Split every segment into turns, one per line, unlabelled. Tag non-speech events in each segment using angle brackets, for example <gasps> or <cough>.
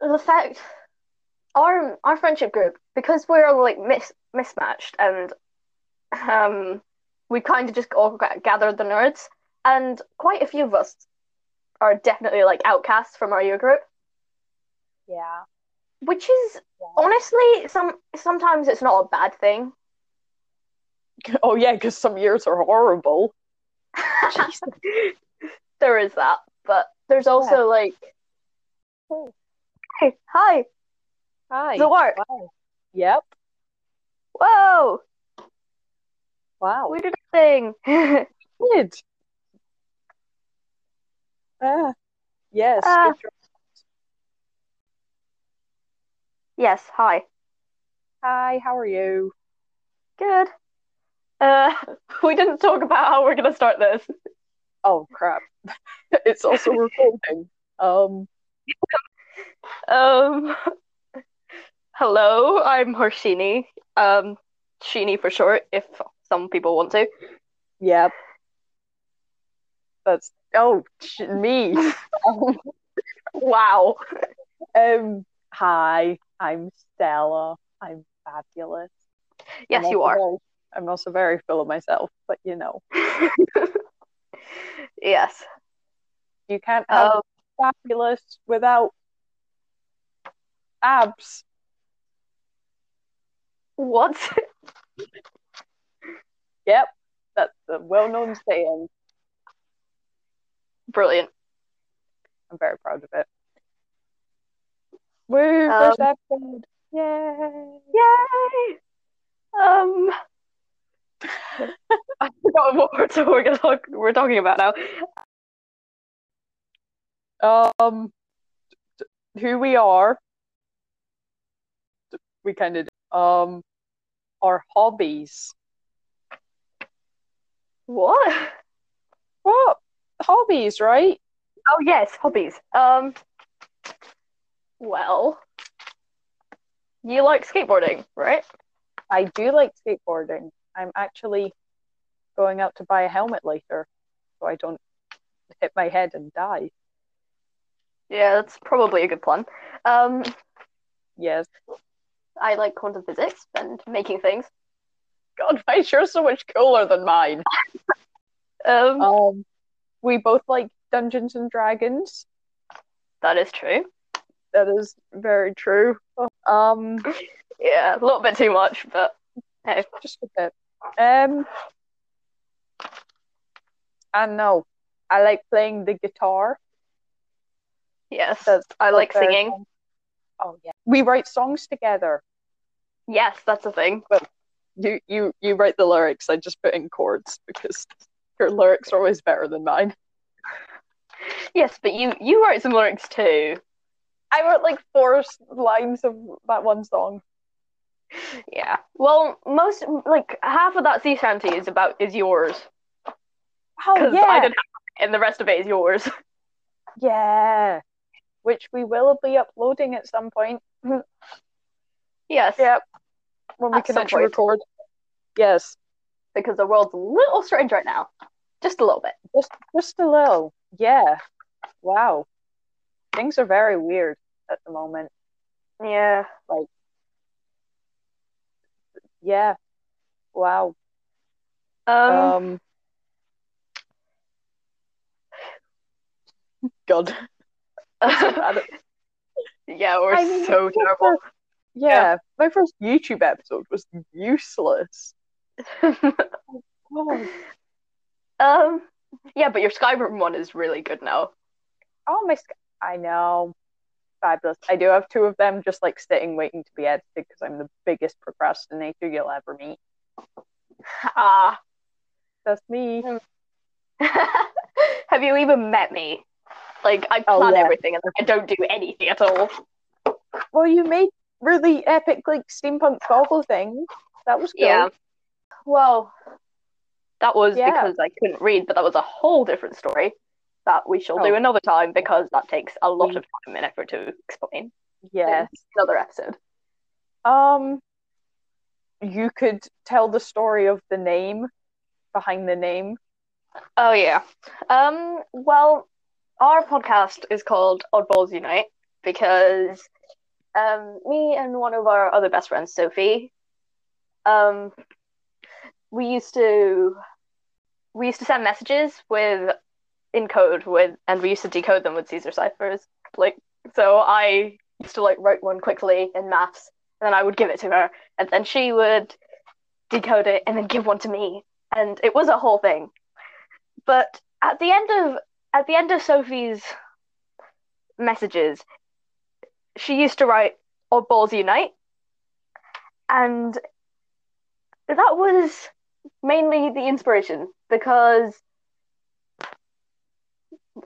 the fact our our friendship group because we're all like mis- mismatched and um we kind of just all ga- gathered the nerds and quite a few of us are definitely like outcasts from our year group
Yeah.
which is honestly some sometimes it's not a bad thing <laughs>
Oh yeah, because some years are horrible.
there is that but there's also like
Hey.
hey hi
Hi.
the work
Wow. Yep.
whoa
Wow.
we did a thing
did. Ah. Yes.
Ah.
good job.
yes hi
Hi. How are you?
Good. Uh, <laughs> we didn't talk about how we're gonna start this.
Oh crap! <laughs> it's also recording. Um.
Um, <laughs> hello, I'm Horshini. Um, Shini for short, if some people want to.
Yep. That's oh sh- <laughs> me. Um,
Wow.
um. Hi. I'm Stella. I'm fabulous.
Yes,
I'm
you
also
are.
very- I'm also very full of myself, but you know,
Yes.
you can't have
Um,
fabulous without abs.
what? <laughs>
Yep, that's a well-known saying.
Brilliant.
I'm very proud of it. Woo! First episode. Yay!
Yay! Um, <laughs> I forgot what we're, we're gonna talk. We're talking about now.
Um, t- who we are? We kind of um, our hobbies.
What?
What hobbies? Right?
Oh yes, hobbies. Um, well, you like skateboarding, right?
I do like skateboarding. I'm actually going out to buy a helmet later, so I don't hit my head and die.
Yeah, that's probably a good plan. Um,
Yes.
I like quantum physics and making things.
God, <laughs> my shirt's so much cooler than mine.
Um,
<laughs> Um, we both like Dungeons and Dragons.
that is true.
That is very true. Um,
Yeah, a little bit too much, but hey,
just a bit. Um, I know. I like playing the guitar.
yes,
That's
I like
very
singing.
fun. Oh yeah. We write songs together.
Yes, that's a thing.
You you you write the lyrics. I just put in chords because your lyrics are always better than mine.
Yes, but you you wrote some lyrics too.
I wrote like four s- lines of that one song.
Yeah. Well, most like half of that sea shanty is about is yours
Oh
because
yeah.
I didn't have it, and the rest of it is yours. <laughs>
Yeah, which we will be uploading at some point
yes.
Yep. when we
At
can
some
actually
point.
record. Yes,
because the world's a little strange right now. Just a little bit.
just just a little. Yeah. Wow. Things are very weird at the moment.
Yeah.
Yeah. Wow. Um.
Um,
<laughs> God.
Um, <laughs> yeah, we're
I mean,
<laughs> so
my
terrible.
first- yeah, my first YouTube episode was useless.
<laughs>
Oh,
um, yeah, but your Skyrim one is really good now.
Oh my! sc- I know, fabulous. I do have two of them, just like sitting waiting to be edited because I'm the biggest procrastinator you'll ever meet.
Ah,
That's me.
<laughs> have you even met me? Like, I plan
Oh, yeah.
everything and I don't do anything at all.
Well, you made really epic like steampunk goggle thing. That was cool.
Yeah. Well, that was
Yeah.
because I couldn't read, but that was a whole different story that we shall do
Oh.
another time because that takes a lot
We-
of time and effort to explain.
Yes.
Another episode.
Um, you could tell the story of the name behind the name.
Oh yeah. Um. Well, our podcast is called Oddballs Unite because um, me and one of our other best friends, Sophie, um, we used to we used to send messages with in code with, and we used to decode them with Caesar ciphers. Like, so I used to like write one quickly in maths, and then I would give it to her, and then she would decode it and then give one to me, and it was a whole thing. But at the end of at the end of Sophie's messages, she used to write "Oddballs Unite," and that was mainly the inspiration because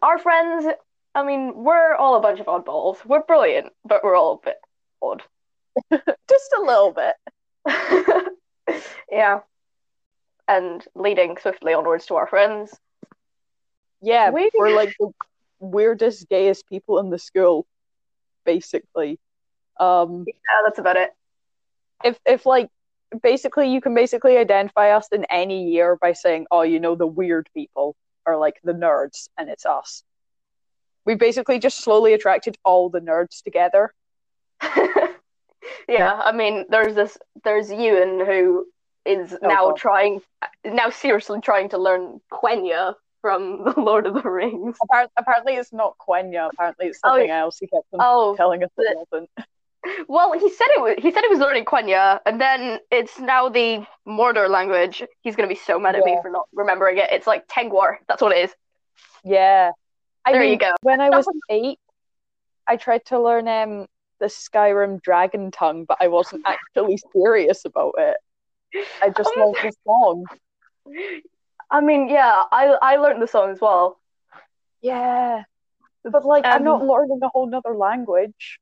our friends. I mean, we're all a bunch of oddballs. We're brilliant, but we're all a bit odd. <laughs>
Just a little bit.
yeah. And leading swiftly onwards to our friends.
Yeah,
We-
we're <laughs> like the weirdest, gayest people in the school, basically. Um,
Yeah, that's about it.
if if like basically you can basically identify us in any year by saying, oh, you know, the weird people are like the nerds, and it's us. We basically just slowly attracted all the nerds together.
<laughs> yeah, I mean, there's this, there's Ewan who is
Oh,
now
God.
trying, now seriously trying to learn Quenya from <laughs> the Lord of the Rings.
Appar- apparently, it's not Quenya. Apparently, it's
Oh,
something else. He kept on
Oh,
telling us it
the-
wasn't.
Oh, well, he said it was, he said he was learning Quenya, and then it's now the Mordor language. He's gonna be so mad at me
Yeah.
for not remembering it. It's like Tengwar. That's what it is.
Yeah. I
There
mean,
you go.
When I
<laughs>
was eight, I tried to learn um, the Skyrim dragon tongue, but I wasn't actually serious about it. I just
Oh
learned the song.
I mean, yeah, I I learned the song as well.
Yeah. But like, I'm not
Um,
learning a whole nother language.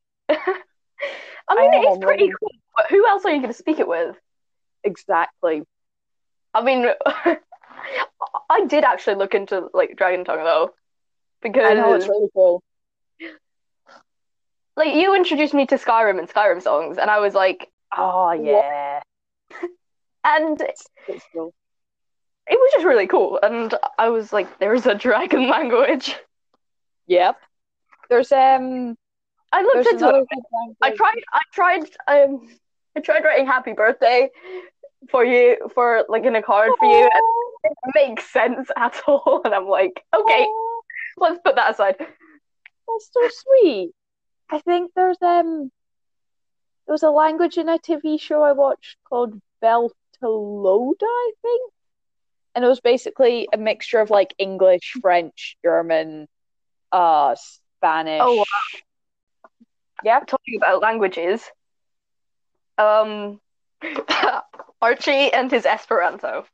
I mean,
I
it is
am
pretty
learning.
cool. But who else are you gonna speak it with?
Exactly.
I mean, <laughs> I did actually look into like Dragon Tongue though,
I know it's
because
really cool.
like you introduced me to Skyrim and Skyrim songs, and I was like,
Oh yeah.
and it
It's, it's cool.
was just really cool, and I was like, there is a dragon <laughs> language.
Yep. There's um
I looked
there's
into
another
it. I tried. I tried. Um, I tried writing "Happy Birthday" for you for like in a card for
Oh.
you, and it makes sense at <laughs> all. And I'm like, okay, let's put that aside.
That's so sweet. I think there's um there was a language in a TV show I watched called Beltaloda, I think. And it was basically a mixture of like English, French, German, uh Spanish.
wow.
Yeah.
talking about languages. Um, <laughs> Archie and his Esperanto.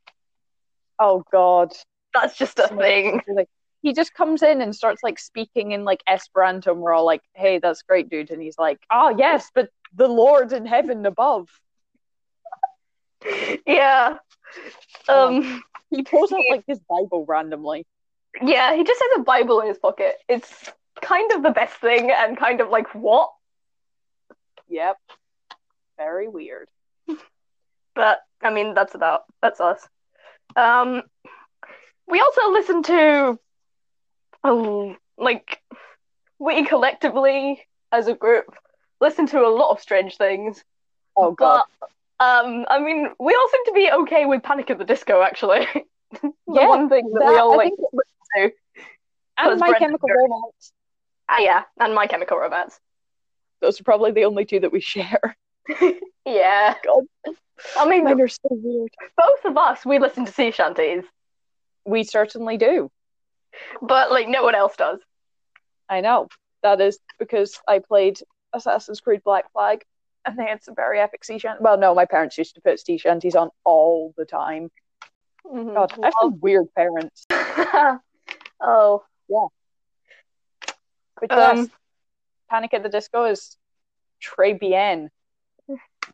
Oh god.
That's just a
So much
thing.
Like, he just comes in and starts like speaking in like Esperanto and we're all like, Hey, that's great, dude. And he's like, Oh yes, but the Lord in heaven above.
Yeah. Um.
He pulls out like his Bible randomly.
Yeah, he just has a Bible in his pocket. It's kind of the best thing, and kind of like what,
Yep. Very weird.
but I mean that's about that's us. Um, we also listen to, um, like, we collectively as a group listen to a lot of strange things.
Oh god.
But, um, I mean, we all seem to be okay with Panic at the Disco, actually. <laughs> the
Yeah,
one thing that, we
that-
all
I
like.
think <laughs>
to.
and
was
My
Brendan
Chemical
Jerk.
Romance.
Ah, yeah, and My Chemical Romance.
Those are probably the only two that we share.
Yeah.
God.
I mean,
Mine are <laughs> so weird.
both of us we listen to sea shanties,
We certainly do.
but like no one else does.
I know. That is because I played Assassin's Creed Black Flag and they had some very epic sea shanties. Well, no, my parents used to put sea shanties on all the time. Mm-hmm. God, I have some weird parents.
<laughs> oh,
But
Um,
yes, Panic at the Disco is très bien.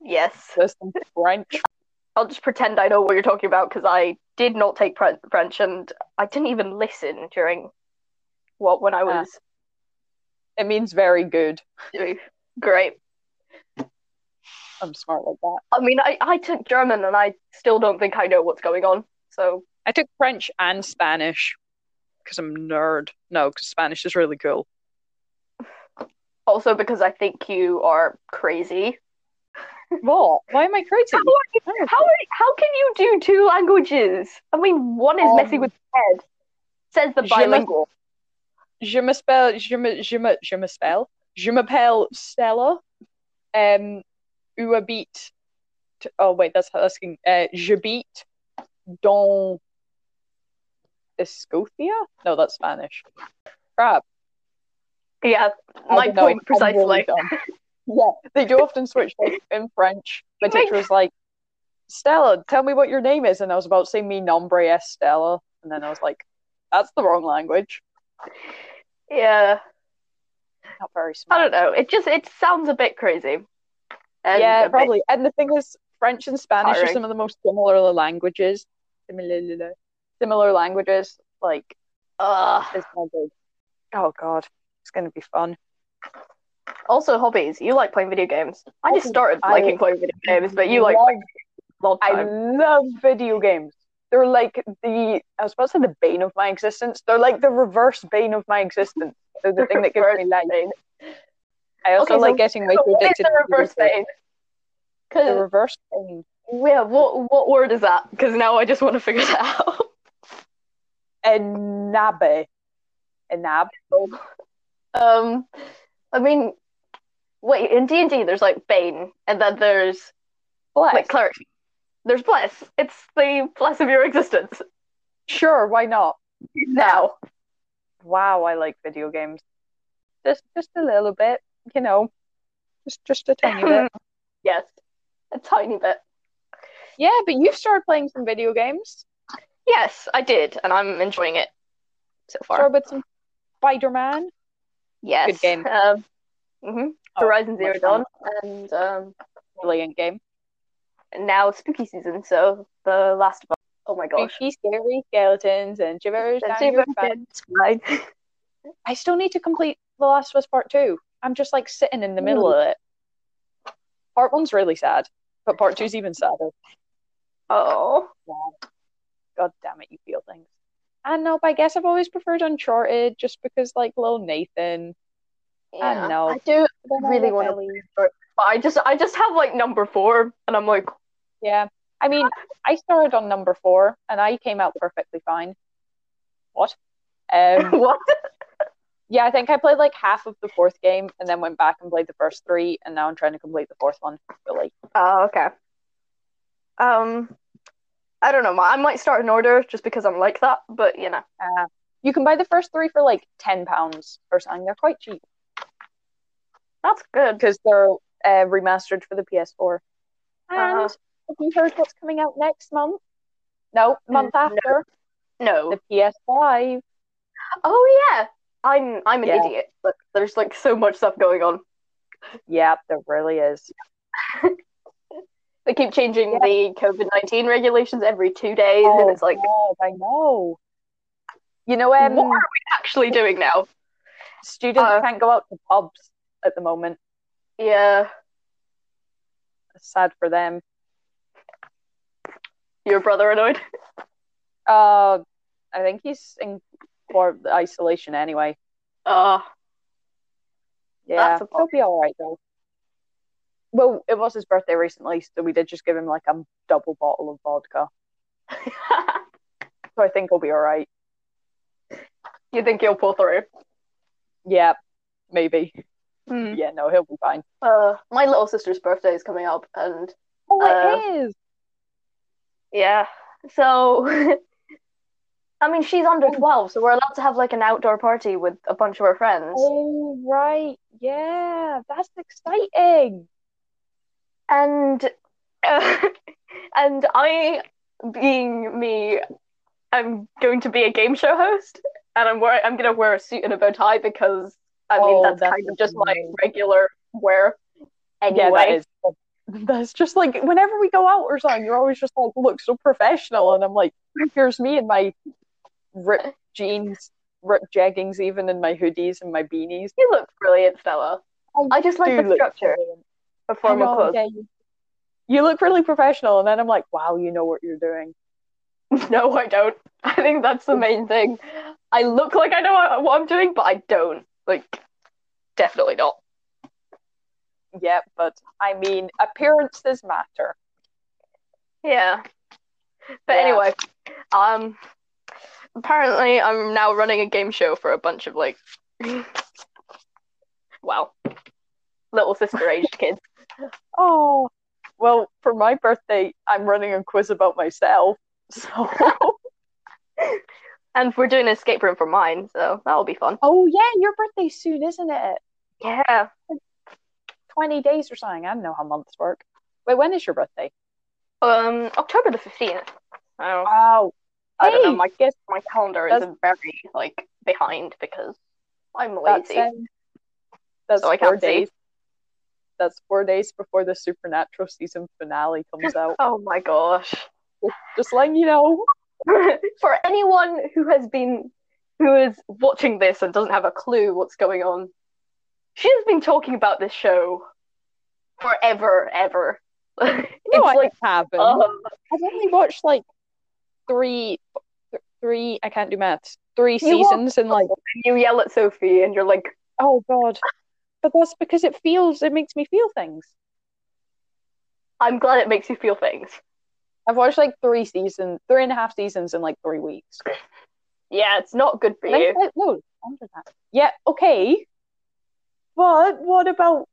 yes.
There's some French.
I'll just pretend I know what you're talking about because I did not take Fren- French and I didn't even listen during what when I was
It means very good.
doing great.
I'm smart like that.
I mean, I, I took German and I still don't think I know what's going on. So,
I took French and Spanish because I'm a nerd. No, because Spanish is really cool.
Also because I think you are crazy.
<laughs> What? Why am I crazy?
How are you, how, are you- how can you do two languages? I mean, one is messing
Um,
with your head. Says the
je
bilingual.
Je m'appelle, je me, je me, je m'appelle, je m'appelle Stella. Um, eu beat. Oh wait, that's how that's going. Uh, je beat dans Escocia. No, that's Spanish. Crap.
Yeah,
I
my
don't know,
point
I'm really
precisely.
dumb. <laughs> yeah, they do often switch like, in French. My
Makes-
teacher was like, "Stella, tell me what your name is," and I was about to say "Mi nombre es Stella," and then I was like, "That's the wrong language."
Yeah,
Not very smart.
I don't know. It just it sounds a bit crazy. And
yeah,
a bit-
probably. And the thing is, French and Spanish are
Tiring.
some of the most similar languages. Similar, similar languages. Like,
Ugh.
it's all good. Oh God, it's gonna be fun.
Also, hobbies. You like playing video games. Oh, I just started
I-
liking playing video games, but you like
Love-
long
I
time.
love video games. They're like the I was about to say the bane of my existence. They're like the reverse bane of my existence. They're the thing that gives me life.
bane.
I
Okay,
also
so-
like getting way
So
too
what is
addicted
the
to video
reverse
games.
bane?
The
'Cause-
reverse bane.
yeah, what what word is that? Because now I just want to figure that out. <laughs>
Enabe. Enab.
Um, I mean, wait. In D and D, there's like bane, and then there's
Bless.
like cleric. There's bless. It's the bless of your existence
sure, why not?
<laughs> now.
Wow, I like video games. Just just a little bit, you know. Just just a tiny bit.
yes, a tiny bit.
<laughs> Yeah, but you've started playing some video games.
Yes, I did, and I'm enjoying it so far.
Started with some Spider Man.
yes,
good game.
Um, mhm.
Oh,
Horizon Zero
much
Dawn,
fun.
and um,
Brilliant game.
now spooky season. So the Last of Us. Oh my gosh.
Spooky, scary skeletons and gibberish.
That's
down your
it,
spine.
<laughs> it's fine.
I still need to complete The Last of Us Part Two. I'm just like sitting in the middle of it. Part one's really sad, but part two's even sadder.
Oh,
God damn it, you feel things. And no, but I guess I've always preferred Uncharted just because like little Nathan. I
yeah.
know.
I do,
Then
Really
I
wanna-
really-
but I just, I just have like number four, and I'm like, <laughs>
Yeah. I mean, I started on number four and I came out perfectly fine. What?
<laughs>
Um
what?
Yeah, I think I played like half of the fourth game and then went back and played the first three, and now I'm trying to complete the fourth one. But like,
Oh, okay. Um, I don't know. I might start in order just because I'm like that, but you know.
uh, you can buy the first three for like ten pounds or something. They're quite cheap
That's good.
because they're uh, remastered for the PS4. And
Uh-huh.
have you heard what's coming out next month? No, month
No.
after
No.
the PS5.
Oh yeah. I'm I'm an
Yeah.
idiot. Look, there's like so much stuff going on.
Yep, there really is.
They keep changing the COVID nineteen regulations every two days,
Oh,
and it's like,
God, I know. You know, um,
what are we actually doing now?
students
Uh,
can't go out to pubs at the moment.
Yeah,
It's sad for them.
your brother annoyed. <laughs>
Uh, I think he's in for isolation anyway.
Uh,
Yeah,
That's a
he'll be all right though. Well, it was his birthday recently, so we did just give him like a double bottle of vodka. So I think he'll be all right.
<laughs> you think you'll pull through?
Yeah, maybe.
Hmm.
Yeah, no, he'll be fine.
Uh, my little sister's birthday is coming up, and
Oh, it is.
Yeah. So, <laughs> I mean, she's
Oh.
under 12, so we're allowed to have like an outdoor party with a bunch of her friends.
Oh, right. Yeah, that's exciting.
And <laughs> uh, and I, being me, I'm going to be a game show host, and I'm wearing I'm gonna wear a suit and a bow tie because I mean
Oh,
that's
that's
kind of just my
amazing.
regular wear
Yeah, that
anyway.
is. <laughs> That's just like whenever we go out or something, you're always just like look so professional, and I'm like, here's me in my ripped jeans, ripped jeggings, even in my hoodies and my beanies.
You look brilliant, Stella.
I
I just like
Do
the
look
structure
brilliant.
of formal
I know,
clothes.
yeah, you- You look really professional, and then I'm like, wow, you know what you're doing.
<laughs> No, I don't. I think that's the main thing. I look like I know what I'm doing, but I don't. Like, definitely not.
yeah, but I mean, appearances matter.
Yeah. But
Yeah.
anyway, um, apparently I'm now running a game show for a bunch of like, <laughs> wow, little sister aged kids.
Oh, well, for my birthday, I'm running a quiz about myself. <laughs> So,
<laughs> And we're doing an escape room for mine, so that'll be fun.
oh yeah, your birthday's soon, isn't it?
Yeah,
20 days or something. I don't know how months work. Wait, when is your birthday?
um, October the fifteenth. Oh,
Oh,
I don't know.
hey,
My
guess
my calendar is
That's-
very like behind because I'm
that's,
lazy.
um, that's
So I
four
can't see.
days. That's four days before the Supernatural season finale
<laughs>
comes out.
Oh my gosh.
Just letting you know.
<laughs> for anyone who has been who is watching this and doesn't have a clue what's going on, she has been talking about this show forever, ever. <laughs> it's
No, I
like
haven't.
oh,
I've only watched like three, th- three. I can't do maths. Three
You watched-
seasons and like,
you yell at Sophie and you're like,
oh god. But that's because it feels. It makes me feel things.
I'm glad it makes you feel things.
I've watched like three seasons, three and a half seasons in like three weeks.
Yeah, it's not good for
And I
you.
was like, no, under that. Yeah, okay. But what about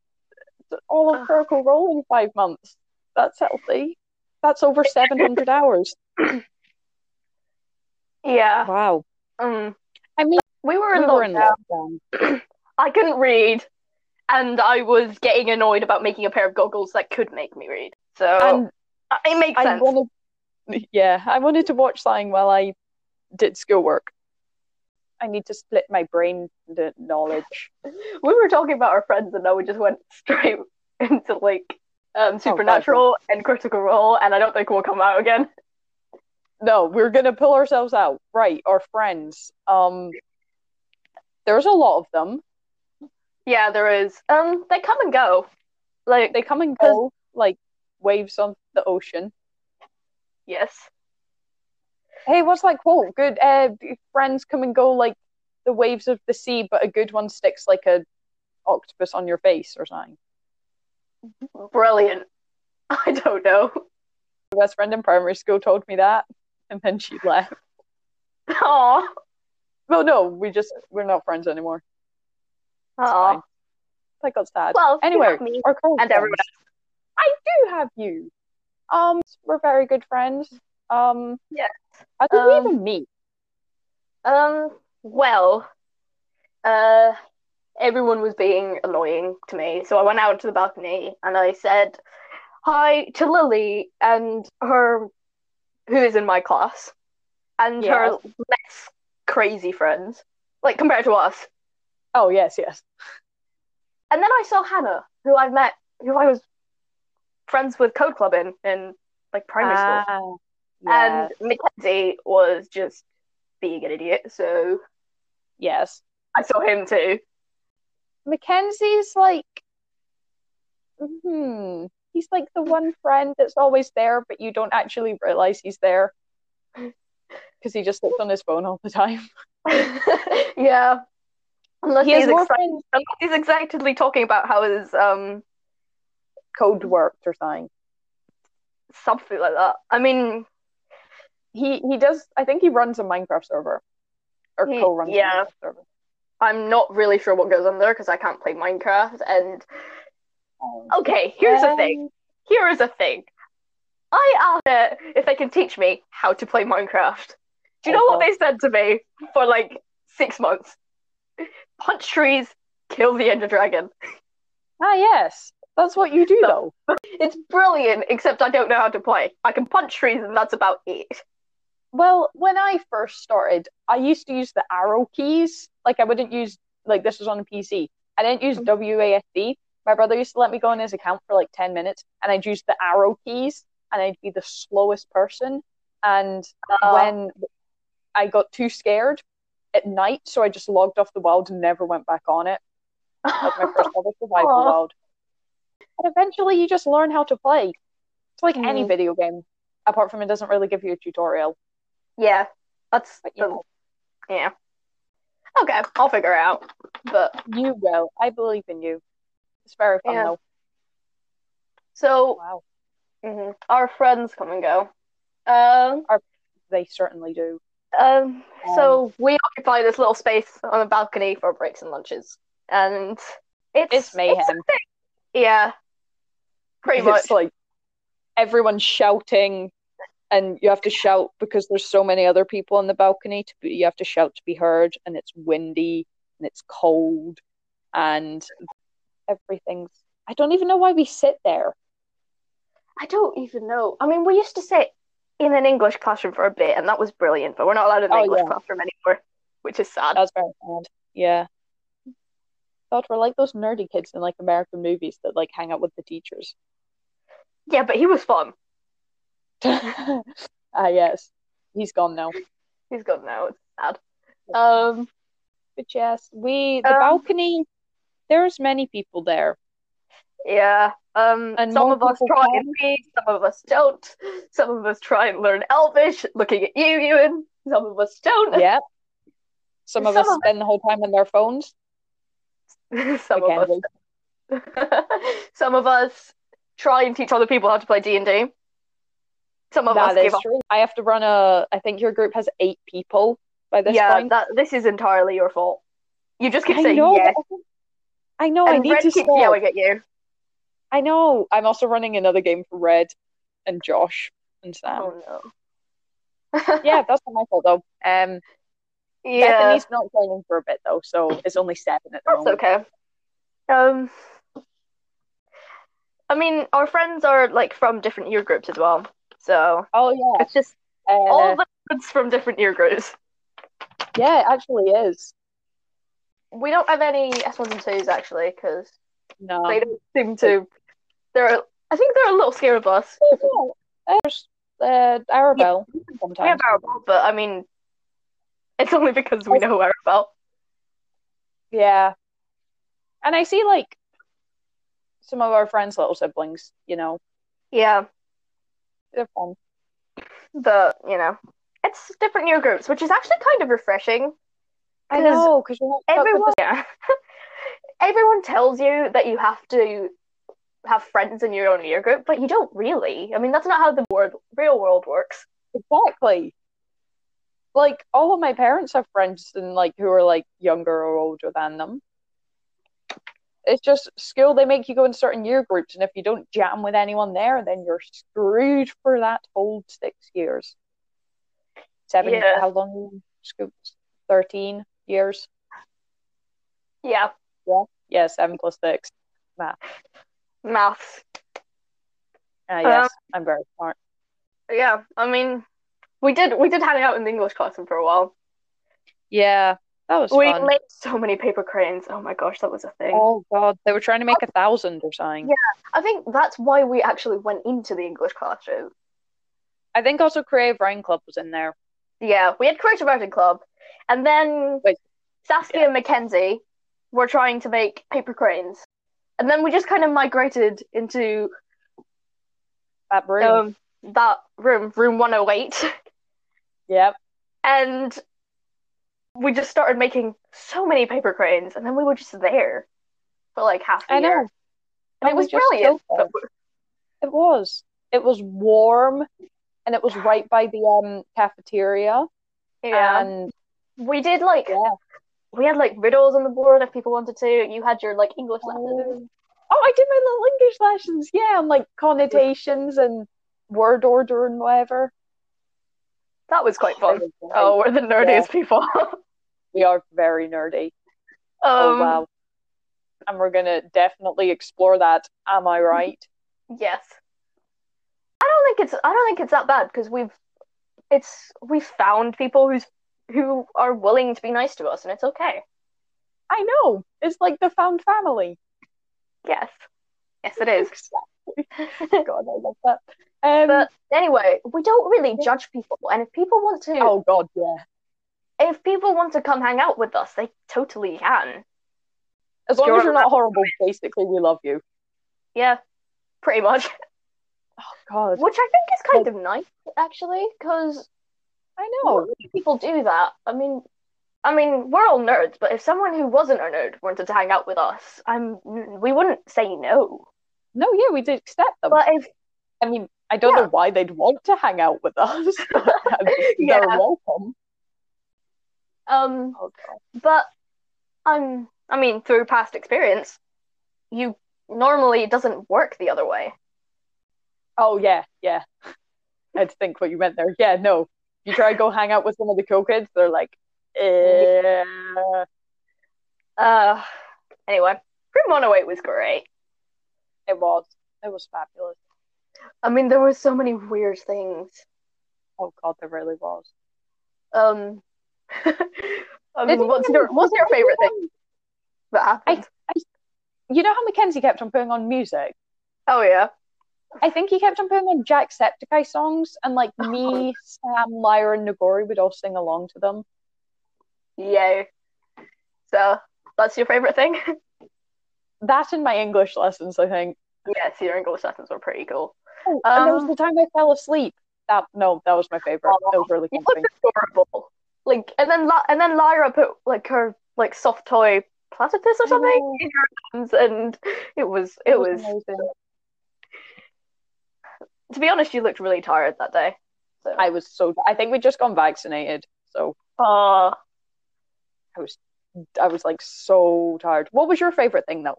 all of
Ugh.
Critical Role in five months? That's healthy. That's
<laughs>
over 700 hours.
Yeah.
Wow.
Um,
I mean,
we were
we
in
were in
lockdown.
lockdown.
I couldn't read, and I was getting annoyed about making a pair of goggles that could make me read. So
And
uh, it makes
I
sense.
wanted, yeah, I wanted to watch something while I did schoolwork. I need to split my brain the knowledge.
we were talking about our friends and now we just went straight <laughs> into like um, supernatural and critical role and i don't think we'll come out again
No, we're gonna pull ourselves out. Right, our friends. Um, there's a lot of them.
yeah there is um they come and go like
They come and go like waves on the ocean.
yes
Hey, what's that quote? Good uh, friends come and go like the waves of the sea, but a good one sticks like a octopus on your face or something.
brilliant <laughs> i don't know
My best friend in primary school told me that, and then she left.
Aw.
Well, no, we just we're not friends anymore. It's
Aw.
fine. That got sad.
well
Anyway,
you know me.
Our current
and everyone
friends. I do have you. Um, we're very good friends. Um,
Yes.
How did we
Um,
even meet?
um well uh everyone was being annoying to me so i went out to the balcony and i said hi to lily and her who is in my class and her
Yeah.
less crazy friends, like compared to us.
Oh yes, yes.
And then I saw Hannah, who I met, who I was friends with Code Club in, in like primary school.
Ah, yeah.
uh, And Mackenzie was just being an idiot, so
yes.
I saw him too.
Mackenzie's like, hmm, he's like the one friend that's always there, but you don't actually realize he's there <laughs> because he just sits on his phone all the time.
<laughs> yeah. Unless
He
he's,
has more
excit-
friends
unless he's excitedly talking about how his um
code worked or something.
something like that. I mean,
He he does. I think he runs a Minecraft server or
He-
co-runs
yeah.
a Minecraft server.
I'm not really sure what goes on there because I can't play Minecraft. And
Um,
okay, Oh, here's the thing.
um,
here is a thing. I asked her if they can teach me how to play Minecraft. Do you know
Oh.
what they said to me for like six months? Punch trees, kill the Ender Dragon.
Ah yes, that's what you do
So-
though.
It's brilliant, except I don't know how to play. I can punch trees and that's about it.
Well, when I first started, I used to use the arrow keys. Like I wouldn't use like this was on a PC. I didn't use
Mhm.
WASD. My brother used to let me go on his account for like ten minutes, and I'd use the arrow keys, and I'd be the slowest person. And
Uh, <laughs>
when I got too scared at night, so I just logged off the wild and never went back on it. That's my first ever survival
Aw.
wild. And eventually, you just learn how to play. It's like any
Mhm.
video game, apart from it doesn't really give you a tutorial.
yeah, that's
But, you know.
yeah. Okay, I'll figure it out. But
You will. I believe in you. It's very fun
Yeah.
though.
So
Wow.
mhm, our friends come and go. Um,
They certainly do.
um, so we occupy this little space on a balcony for breaks and lunches, and it's
It's mayhem.
yeah, pretty much.
It's like everyone's shouting, and you have to shout because there's so many other people on the balcony. To be, you have to shout to be heard, and it's windy and it's cold, and everything's. I don't even know why we sit there.
I don't even know. I mean, we used to sit in an English classroom for a bit, and that was brilliant. But we're not allowed an
Oh,
English
yeah.
classroom anymore, <laughs> which is sad.
That's very sad. Yeah. God, we're like those nerdy kids in like American movies that like hang out with the teachers.
Yeah, but he was fun.
ah, yes. He's gone now.
He's gone now. It's sad. Um,
But yes, we the
Um,
balcony. There's many people there.
yeah. Um,
And
some
more
of us
people
try
can.
and read, some of us don't. Some of us try and learn Elvish, looking at you, Ewan. Some of us don't.
Yep. <laughs> Some of
Some
us
of-
spend the whole time on their phones.
<laughs> some of
Again,
us. <laughs> some of us try and teach other people how to play D and D. Some of us
that
give
is
up.
true. I have to run a. I think your group has eight people by this
yeah,
point.
that this is entirely your fault. You just keep
I
saying
know.
yes,
but I- I know. I
and
need
Red
to
keeps
stop.
yelling at you.
I know. I'm also running another game for Red and Josh and Sam.
Oh no.
Yeah, that's not my fault though. Um,
<laughs> yeah,
Bethany's not joining for a bit though, so it's only seven at the
that's
moment.
okay. Um, I mean, our friends are like from different year groups as well, so
Oh yeah,
it's just all
uh,
the kids from different year groups.
yeah, it actually is.
We don't have any S ones and twos actually, because
No,
they don't seem to. They're I think they're a little scared of us.
Oh, yeah. There's uh, Arabelle
We have
sometimes.
Arabelle, but I mean, it's only because we know Arabelle.
Yeah. And I see like some of our friends' little siblings, you know,
Yeah,
they're fun.
but you know, it's different year groups, which is actually kind of refreshing.
I
'Cause
know, because you're not stuck with
Everyone, yeah. <laughs> Everyone tells you that you have to have friends in your own year group, but you don't really. I mean, that's not how the word, real world works.
the- exactly. Like all of my parents have friends and like who are like younger or older than them. It's just school they make you go in certain year groups and if you don't jam with anyone there, then you're screwed for that whole six years. Seven
Yeah.
how long are you in school? Thirteen years.
Yeah,
Yeah, seven plus six.
maths.
Uh,
Uh,
yes, I'm very smart.
Yeah, I mean, we did we did hang out in the English classroom for a while.
Yeah, that was
We
fun.
made so many paper cranes. Oh my gosh, that was a thing.
oh god, they were trying to make a thousand or something.
Yeah. I think that's why we actually went into the English classroom.
I think also Creative Writing Club was in there.
Yeah, we had Creative Writing Club, and then
Wait.
Saskia and Mackenzie were trying to make paper cranes, and then we just kind of migrated into
That room.
um, that room, room one hundred eight, <laughs>
yep.
and we just started making so many paper cranes, and then we were just there for like half the
I know.
year, and
And
it
we
was
just
brilliant.
chilled there. It was. It was warm and it was right by the um cafeteria.
yeah,
And
we did like
yeah.
we had like riddles on the board if people wanted to. You had your like English lessons.
Oh, I did my little English lessons, yeah, and like connotations and word order and whatever.
That was quite fun.
It was great.
Oh, we're the nerdiest people. um,
We are very nerdy. oh wow. And we're gonna definitely explore that. Am I right?
Yes. I don't think it's I don't think it's that bad because we've it's we've found people who's who are willing to be nice to us and it's okay.
I know. It's like the found family.
Yes. Yes it is.
<laughs> God, I love that. Um,
But <laughs> anyway, we don't really judge people and if people want to
oh God, yeah.
if people want to come hang out with us, they totally can.
As long
You're
as you're
<laughs>
not horrible, basically, we love you.
Yeah. Pretty <laughs> much.
God,
Which I think is kind of nice actually because
I
not
know.
many people do that. I mean I mean, we're all nerds, but if someone who wasn't a nerd wanted to hang out with us, I'm we wouldn't say no.
no, yeah, we'd accept them.
But if
I mean, I don't
Yeah.
know why they'd want to hang out with us. <laughs> but
Yeah.
They're welcome.
um but I'm I mean through past experience, you normally it doesn't work the other way.
Oh yeah, yeah. <laughs> I had to think what you meant there. Yeah, no. You try to go hang out with some of the cool kids, they're like, eh.
Uh anyway, Room 108 was great.
It was. It was fabulous.
I mean there were so many weird things.
Oh god, there really was.
Um <laughs> I mean,
Didn't
what's
you-
your what's your favorite thing that happened?
You know how Mackenzie kept on putting on music?
oh yeah.
I think he kept on putting on Jacksepticeye songs, and <gasps> like me, Sam, Lyra, and Nagori would all sing along to them.
Yay. So that's your favorite thing?
That in my English lessons, I think.
yes, your English lessons were pretty cool.
Oh, and there was
Um,
the time I fell asleep. That no, that was my favorite. That was really
It
comforting.
was adorable. Like, and then Li- and then Lyra put like her like soft toy platypus or something
Oh.
in her hands, and it was it was.
amazing.
To be honest, you looked really tired that day. So.
I was so. I think we just gone vaccinated, so
Uh,
I was, I was like so tired. What was your favorite thing though?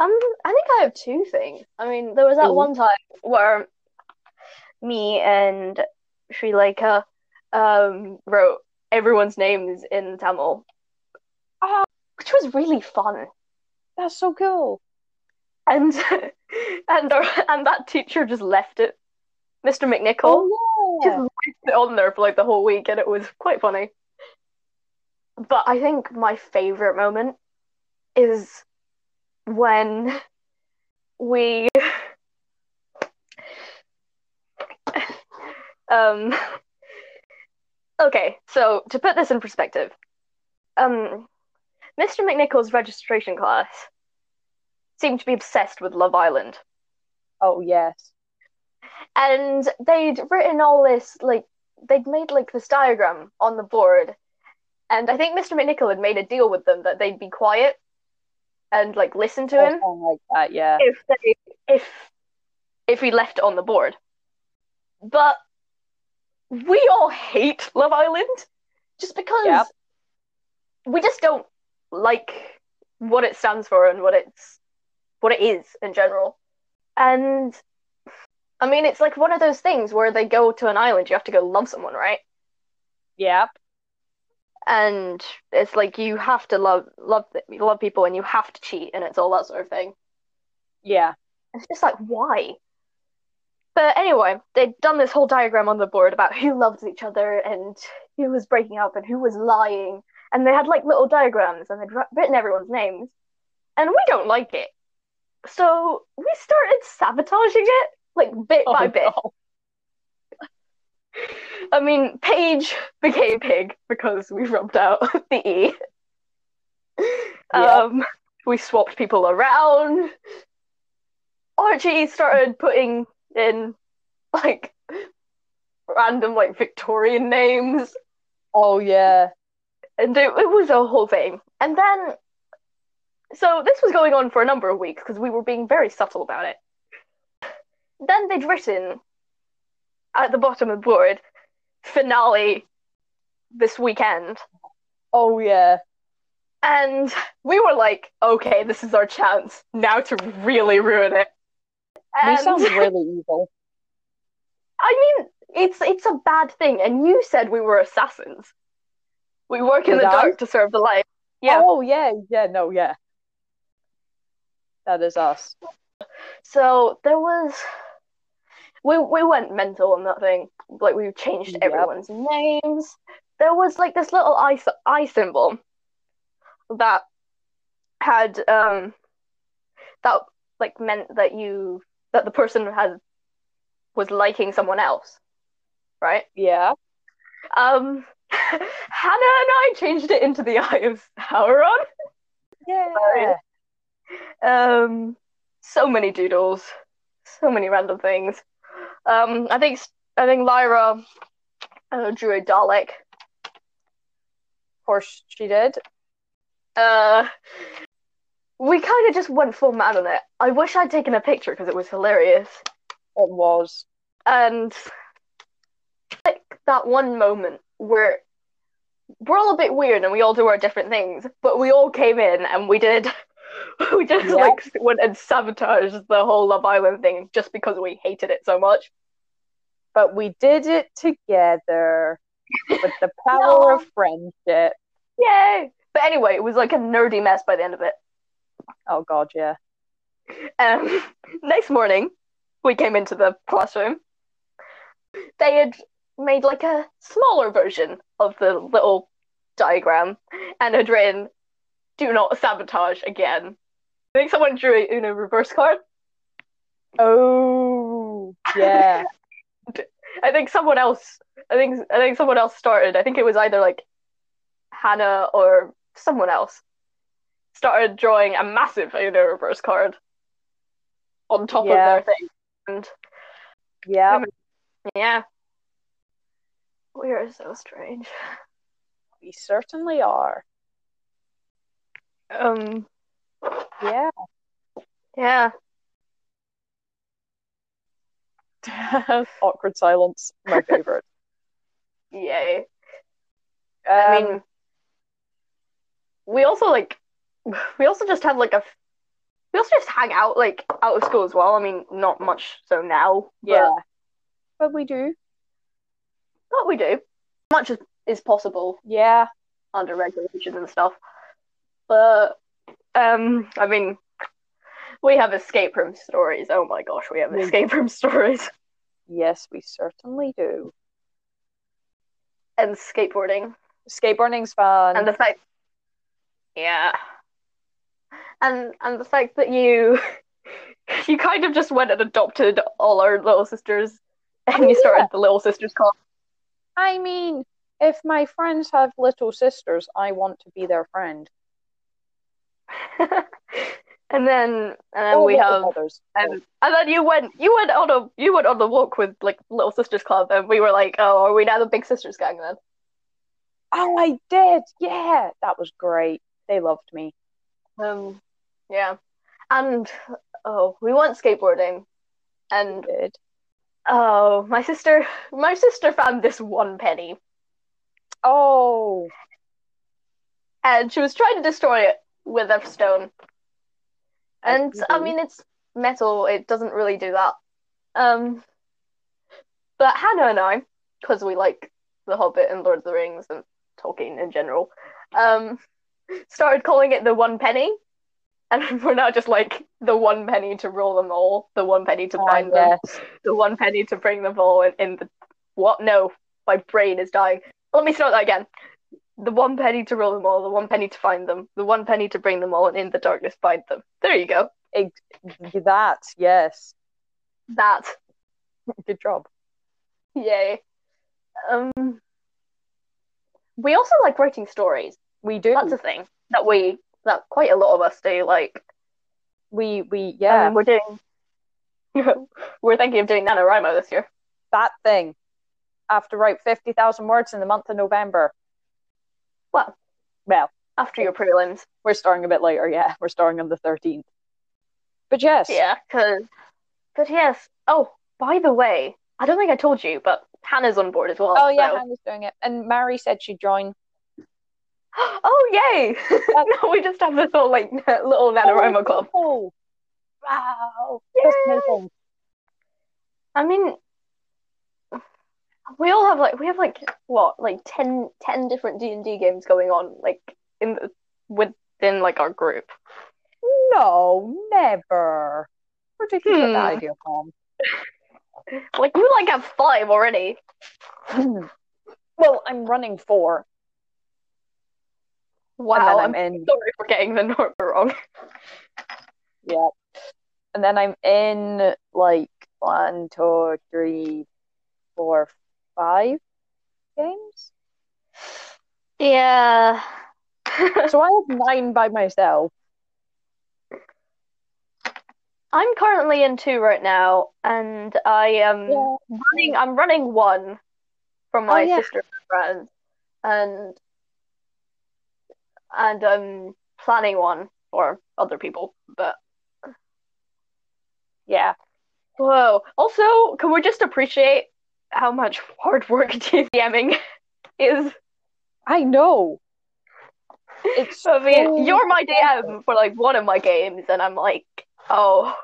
um, I think I have two things. I mean, there was that
Ooh.
one time where me and Sri Lanka um wrote everyone's names in Tamil,
Ah.
which was really fun.
That's so cool.
and <laughs> and <laughs> our, and that teacher just left it. Mr. McNichol
Oh
just left it on there for like the whole week, and it was quite funny. But I think my favorite moment is when we um okay so to put this in perspective um mr mcnichol's registration class seemed to be obsessed with love island
Oh yes.
and they'd written all this like they'd made like this diagram on the board and i think mr mcnichol had made a deal with them that they'd be quiet and like listen to him
Something like that. Yeah.
if they if if we left it on the board but we all hate love island just because
Yep.
we just don't like what it stands for and what it's what it is in general and i mean it's like one of those things where they go to an island you have to go love someone right
Yep.
and it's like you have to love love love people and you have to cheat and it's all that sort of thing
Yeah.
It's just like, why? But anyway, they'd done this whole diagram on the board about who loved each other and who was breaking up and who was lying. And they had like little diagrams and they'd wr- written everyone's names. And we don't like it. So we started sabotaging it, like bit by
Oh,
bit.
no.
I mean, Paige became pig because we rubbed out <laughs> the E.
Yeah.
Um, we swapped people around. Archie started putting in like random like Victorian names,
Oh yeah.
and it, it was a whole thing. And then, so this was going on for a number of weeks because we were being very subtle about it. Then they'd written at the bottom of the board finale this weekend.
Oh yeah.
And we were like, okay, this is our chance now to really ruin it.
We
And
sound really evil.
I mean, it's it's a bad thing. And you said we were assassins. We work in
Did
the
I?
dark to serve the light. Yeah.
Oh yeah. Yeah. No. Yeah. That is us.
So there was we we went mental on that thing. Like we changed
Yep.
everyone's names. There was like this little eye s- eye symbol that had um that like meant that you that the person had was liking someone else, right?
Yeah.
Um, <laughs> Hannah and I changed it into the eye of Sauron.
Yeah.
Um, so many doodles, so many random things. Um, I think I think Lyra uh, drew a Dalek.
Of course she did.
Uh, We kind of just went full mad on it. I wish I'd taken a picture because it was hilarious.
It was.
And like that one moment where we're all a bit weird and we all do our different things, but we all came in and we did <laughs> we just
Yeah.
like went and sabotaged the whole Love Island thing just because we hated it so much.
But we did it together with the power
<laughs>
of friendship.
Yay! But anyway, it was like a nerdy mess by the end of it.
Oh god, yeah.
Um, <laughs> next morning, we came into the classroom. They had made like a smaller version of the little diagram and had written, "Do not sabotage again." I think someone drew a Uno reverse card.
Oh yeah.
I think someone else. I think I think someone else started. I think it was either like Hannah or someone else started drawing a massive Uno reverse card on top
Yeah.
of their thing, and <laughs>
yeah.
Yeah. We are so strange.
We certainly are.
Um, <laughs>
Yeah.
yeah.
Awkward silence, my favorite.
Yay. <laughs>
Um,
I mean, we also like, <laughs> we also just have like a, we also just hang out like out of school as well. I mean, not much so now. but-
yeah. But we do.
But we do. Much as is possible
Yeah.
under regulations and stuff. But, um, I mean, we have escape room stories. Oh my gosh, we have
We-
escape room <laughs> stories.
Yes, we certainly do.
And skateboarding.
Skateboarding's fun.
and the fact yeah and and the fact that you <laughs> you kind of just went and adopted all our little sisters and
Oh,
you started the little sisters club <laughs>
I mean, if my friends have little sisters, I want to be their friend.
and then and then
Or
we
little
have
brothers.
um, and then you went you went on a you went on the walk with like little sisters club and we were like oh are we now the big sisters gang then
Oh, I did. Yeah, that was great. They loved me.
um yeah and oh we went skateboarding and
Good.
Oh, my sister, <laughs> my sister found this one penny
Oh,
and she was trying to destroy it with a stone. And I
Okay.
mean, it's metal, it doesn't really do that. Um, but Hannah and I, because we like The Hobbit and Lord of the Rings and Tolkien in general, um, started calling it the one penny. And <laughs> we're now just like the one penny to roll them all, the one penny to
Ah,
bind them,
yes.
the one penny to bring them all in, in the what no my brain is dying let me start that again the one penny to roll them all the one penny to find them the one penny to bring them all and in the darkness find them there you go
That, yes.
that
Good job.
yay um we also like writing stories
We do.
that's a thing that we that quite a lot of us do like
we we
yeah.
yeah.
we're doing <laughs> we're thinking of doing NaNoWriMo this year
that thing. I have to write fifty thousand words in the month of November.
Well.
well,
after your prelims
we're starting a bit later. Yeah, we're starting on the thirteenth. But yes,
Yeah, because. But yes. Oh, by the way, I don't think I told you, but Hannah's on board as well.
Oh yeah,
so-
Hannah's doing it, and Mary said she'd join.
<gasps> Oh yay! <laughs>
That's-
no, we just have this whole like <laughs> little NaNoWriMo club.
Oh, wow!
Yay. I mean, we all have like we have like what like 10, 10 different D and D games going on like in the, within like our group.
No, never. Where did you get that
Hmm.
idea from?
Like you like have five already.
<coughs> well, I'm running four, and
Wow,
then
I'm
I'm in.
sorry for getting the <laughs> number wrong.
Yeah, and then I'm in like one, two, three, four, five games.
Yeah.
so I have nine by myself.
I'm currently in two right now, and I am
Yeah.
running. I'm running one from my
Oh, yeah.
sister and friends, and and I'm planning one or other people, but
Yeah.
whoa. Also, can we just appreciate how much hard work <laughs> DMing is?
I know.
<laughs>
It's
I mean,
so
you're my DM for like one of my games, and I'm like, oh.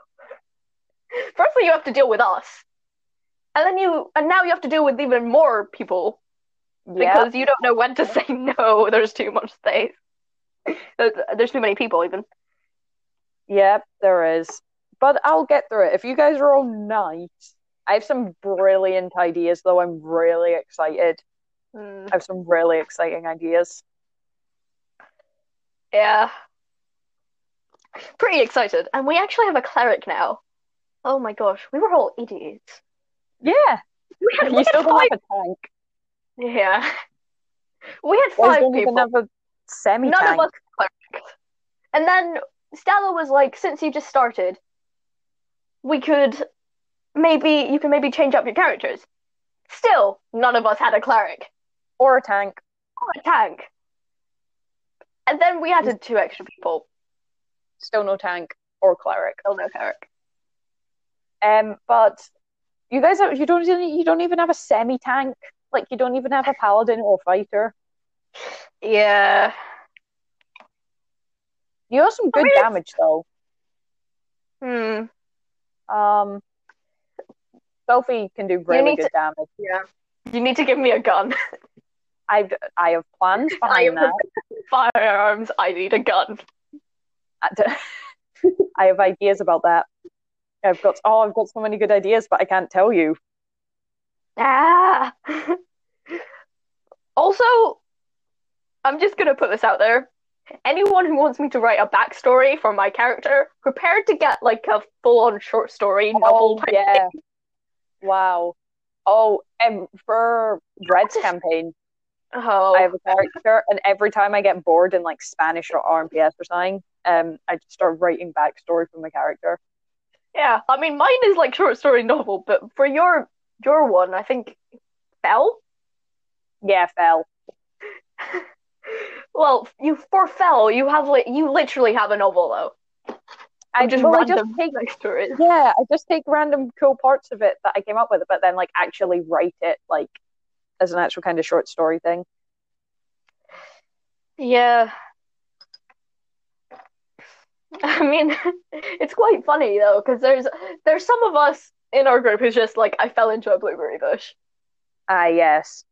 Firstly, you have to deal with us, and then you, and now you have to deal with even more people
yeah.
because you don't know when to <laughs> say no. There's too much space. There's there's too many people, even.
Yep, there is. But I'll get through it. If you guys are all nice, I have some brilliant ideas, though. I'm really excited.
Mm,
I have some really exciting ideas.
yeah. Pretty excited, and we actually have a cleric now. Oh my gosh, we were all idiots.
Yeah.
We had, we
You
had <laughs>
still don't
five.
have a tank.
Yeah. <laughs> We had
Why
five
don't
people.
even have a semi
None of
tank?
us were clerics. And then Stella was like, since you just started, we could maybe you can maybe change up your characters. Still, none of us had a cleric
Or a tank.
or Oh, a tank. And then we added two extra people.
Still no tank or cleric.
Oh no, cleric.
Um, but you guys, have, you don't even you don't even have a semi tank. Like you don't even have a paladin or fighter.
Yeah.
You have some
I
good
mean, it's-
damage though.
Hmm.
Um, Sophie can do really
need
good
to-
damage.
Yeah. You need to give me a <laughs> gun.
I've I have plans
<laughs> I am
behind that.
Firearms, I need a gun.
I
<laughs>
<laughs> d- I have ideas about that. I've got oh, I've got so many good ideas, but I can't tell you.
Ah. <laughs> also, I'm just going to put this out there. Anyone who wants me to write a backstory for my character, prepared to get like a full-on short story novel
Oh
type thing.
yeah, wow. Oh, and for
<laughs>
Red's
Just-
campaign,
Oh,
I have a character, and every time I get bored in like Spanish or RMPS or something, um, I just start writing backstory for my character.
yeah. I mean, mine is like short story novel, but for your your one, I think fell.
Yeah, Fel.
Well, you for fell, you have like you literally have a novel though.
I
I'm just
well, I just
random
take
backstories.
yeah, I just take random cool parts of it that I came up with, but then like actually write it like as an actual kind of short story thing.
Yeah. <laughs> I mean, <laughs> it's quite funny though, because there's there's some of us in our group who's just like, I fell into a blueberry bush,
Ah, yes.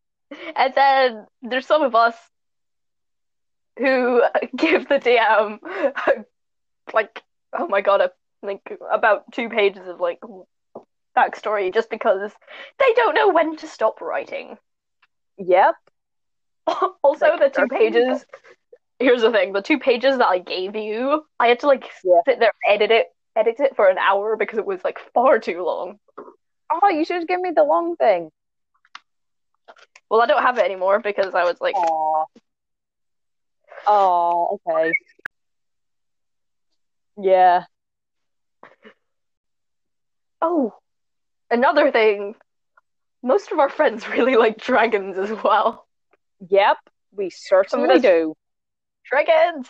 and then there's some of us who <laughs> give the DM <laughs> like, oh my god, a, like about two pages of like backstory just because they don't know when to stop writing. <laughs>
Yep.
Also,
Like,
the two
dark
pages. Here's the thing: the two pages that I gave you, I had to like
Yeah.
sit there and edit it, edit it for an hour because it was like far too long.
Oh, you should give me the long thing.
Well, I don't have it anymore because I was like,
Aw. Oh, okay. Yeah.
oh, another thing. Most of our friends <laughs> really like dragons as well.
Yep. We certainly
that's-
do.
Dragons.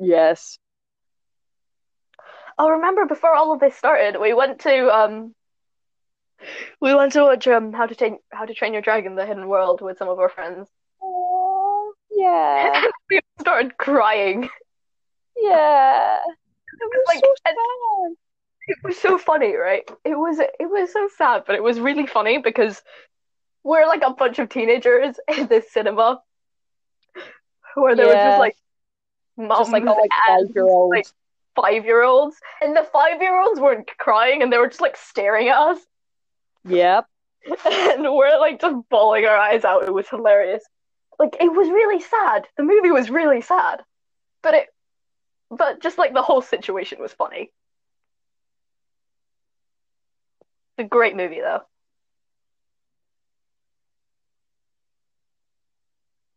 Yes.
Oh, remember before all of this started, we went to um, we went to watch um, How to Train How to Train Your Dragon: The Hidden World with some of our friends.
Aw, <laughs> yeah.
We started crying. <laughs>
Yeah. It was
Like,
so
and-
sad.
It was so funny, right? It was it was so sad, but it was really funny because we're like a bunch of teenagers <laughs> in this cinema where there was
Yeah.
just like mums
Just like all like
and
five-year-olds.
like five year olds, and the five year olds weren't crying and they were just like staring at us, <laughs>
Yep.
and we're like just bawling our eyes out. It was hilarious. Like it was really sad. The movie was really sad, but it but just like the whole situation was funny. It's a great movie though.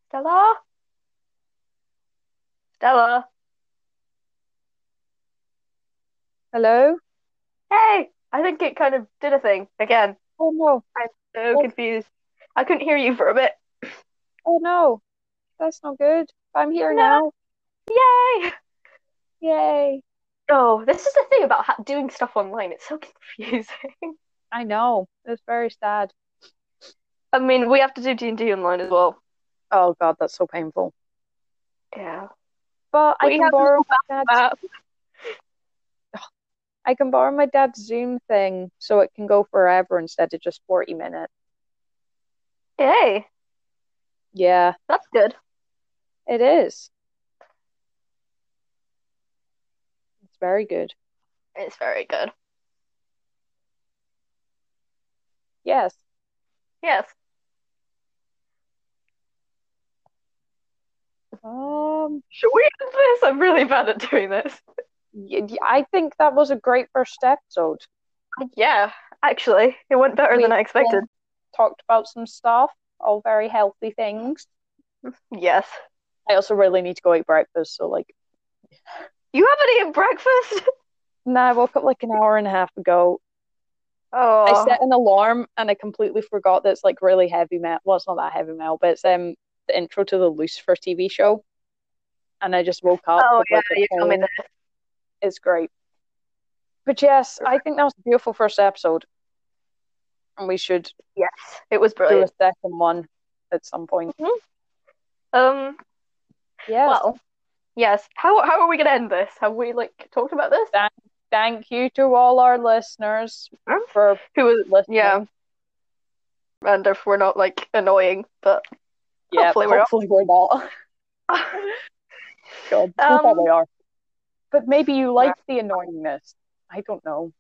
Stella? Stella?
Hello?
Hey! I think it kind of did a thing again.
Oh no.
So
Oh.
confused. I couldn't hear you for a bit.
Oh no. That's not good. I'm here
No.
now.
Yay!
Yay.
Oh, this is the thing about ha- doing stuff online. It's so <laughs> confusing.
I know. It's very sad.
I mean, we have to do D and D online as well.
Oh god, that's so painful.
Yeah.
But I
We
can
have
borrow my dad's
Uh,
I can borrow my dad's Zoom thing so it can go forever instead of just forty minutes.
yay,
Yeah,
that's good.
it is. It's very good.
It's very good.
Yes.
Yes.
Um
Should we end this? I'm really bad at doing this.
y- y- I think that was a great first episode.
Uh, Yeah, actually, it went better
We-
than I expected.
Talked about some stuff, all very healthy things.
Yes.
I also really need to go eat breakfast, so like
You haven't eaten breakfast?
Nah, I woke up like an hour and a half ago.
<laughs> Oh,
I set an alarm and I completely forgot that it's like really heavy metal. Well, it's not that heavy metal, but it's um the intro to the Lucifer TV show. And I just woke up.
oh
with,
yeah,
like, a
you told me
pain.
that.
It's great. But yes, I think that was a beautiful first episode. And we should
Yes, it was
do a
brilliant.
second one at some point.
Um,
Yes.
well, yes. How how are we gonna end this? Have we like talked about this?
Thank you to all our listeners
Huh?
for
Who was
listening.
yeah? And if we're not like annoying, but
Yeah,
Hopefully we're not.
hopefully we're not. <laughs> God, we
Um,
probably are. But maybe you like the annoyingness. I don't know.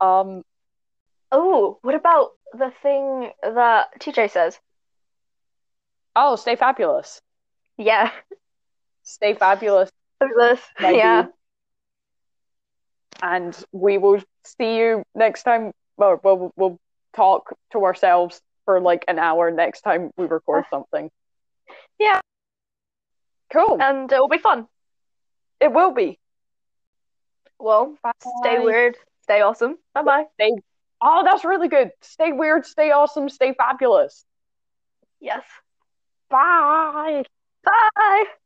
Um,
<laughs> oh, what about the thing that TJ says?
oh, stay fabulous.
Yeah, <laughs>
Stay fabulous,
this.
my
Yeah,
dude. And we will see you next time. Well, we'll, we'll talk to ourselves for like an hour next time
<laughs>
we record something.
Yeah. Uh,
Cool.
and it'll be fun.
it will be.
Well, stay
Bye.
weird, stay awesome. Bye bye.
Oh, that's really good. Stay weird, stay awesome, stay fabulous.
Yes.
Bye.
Bye.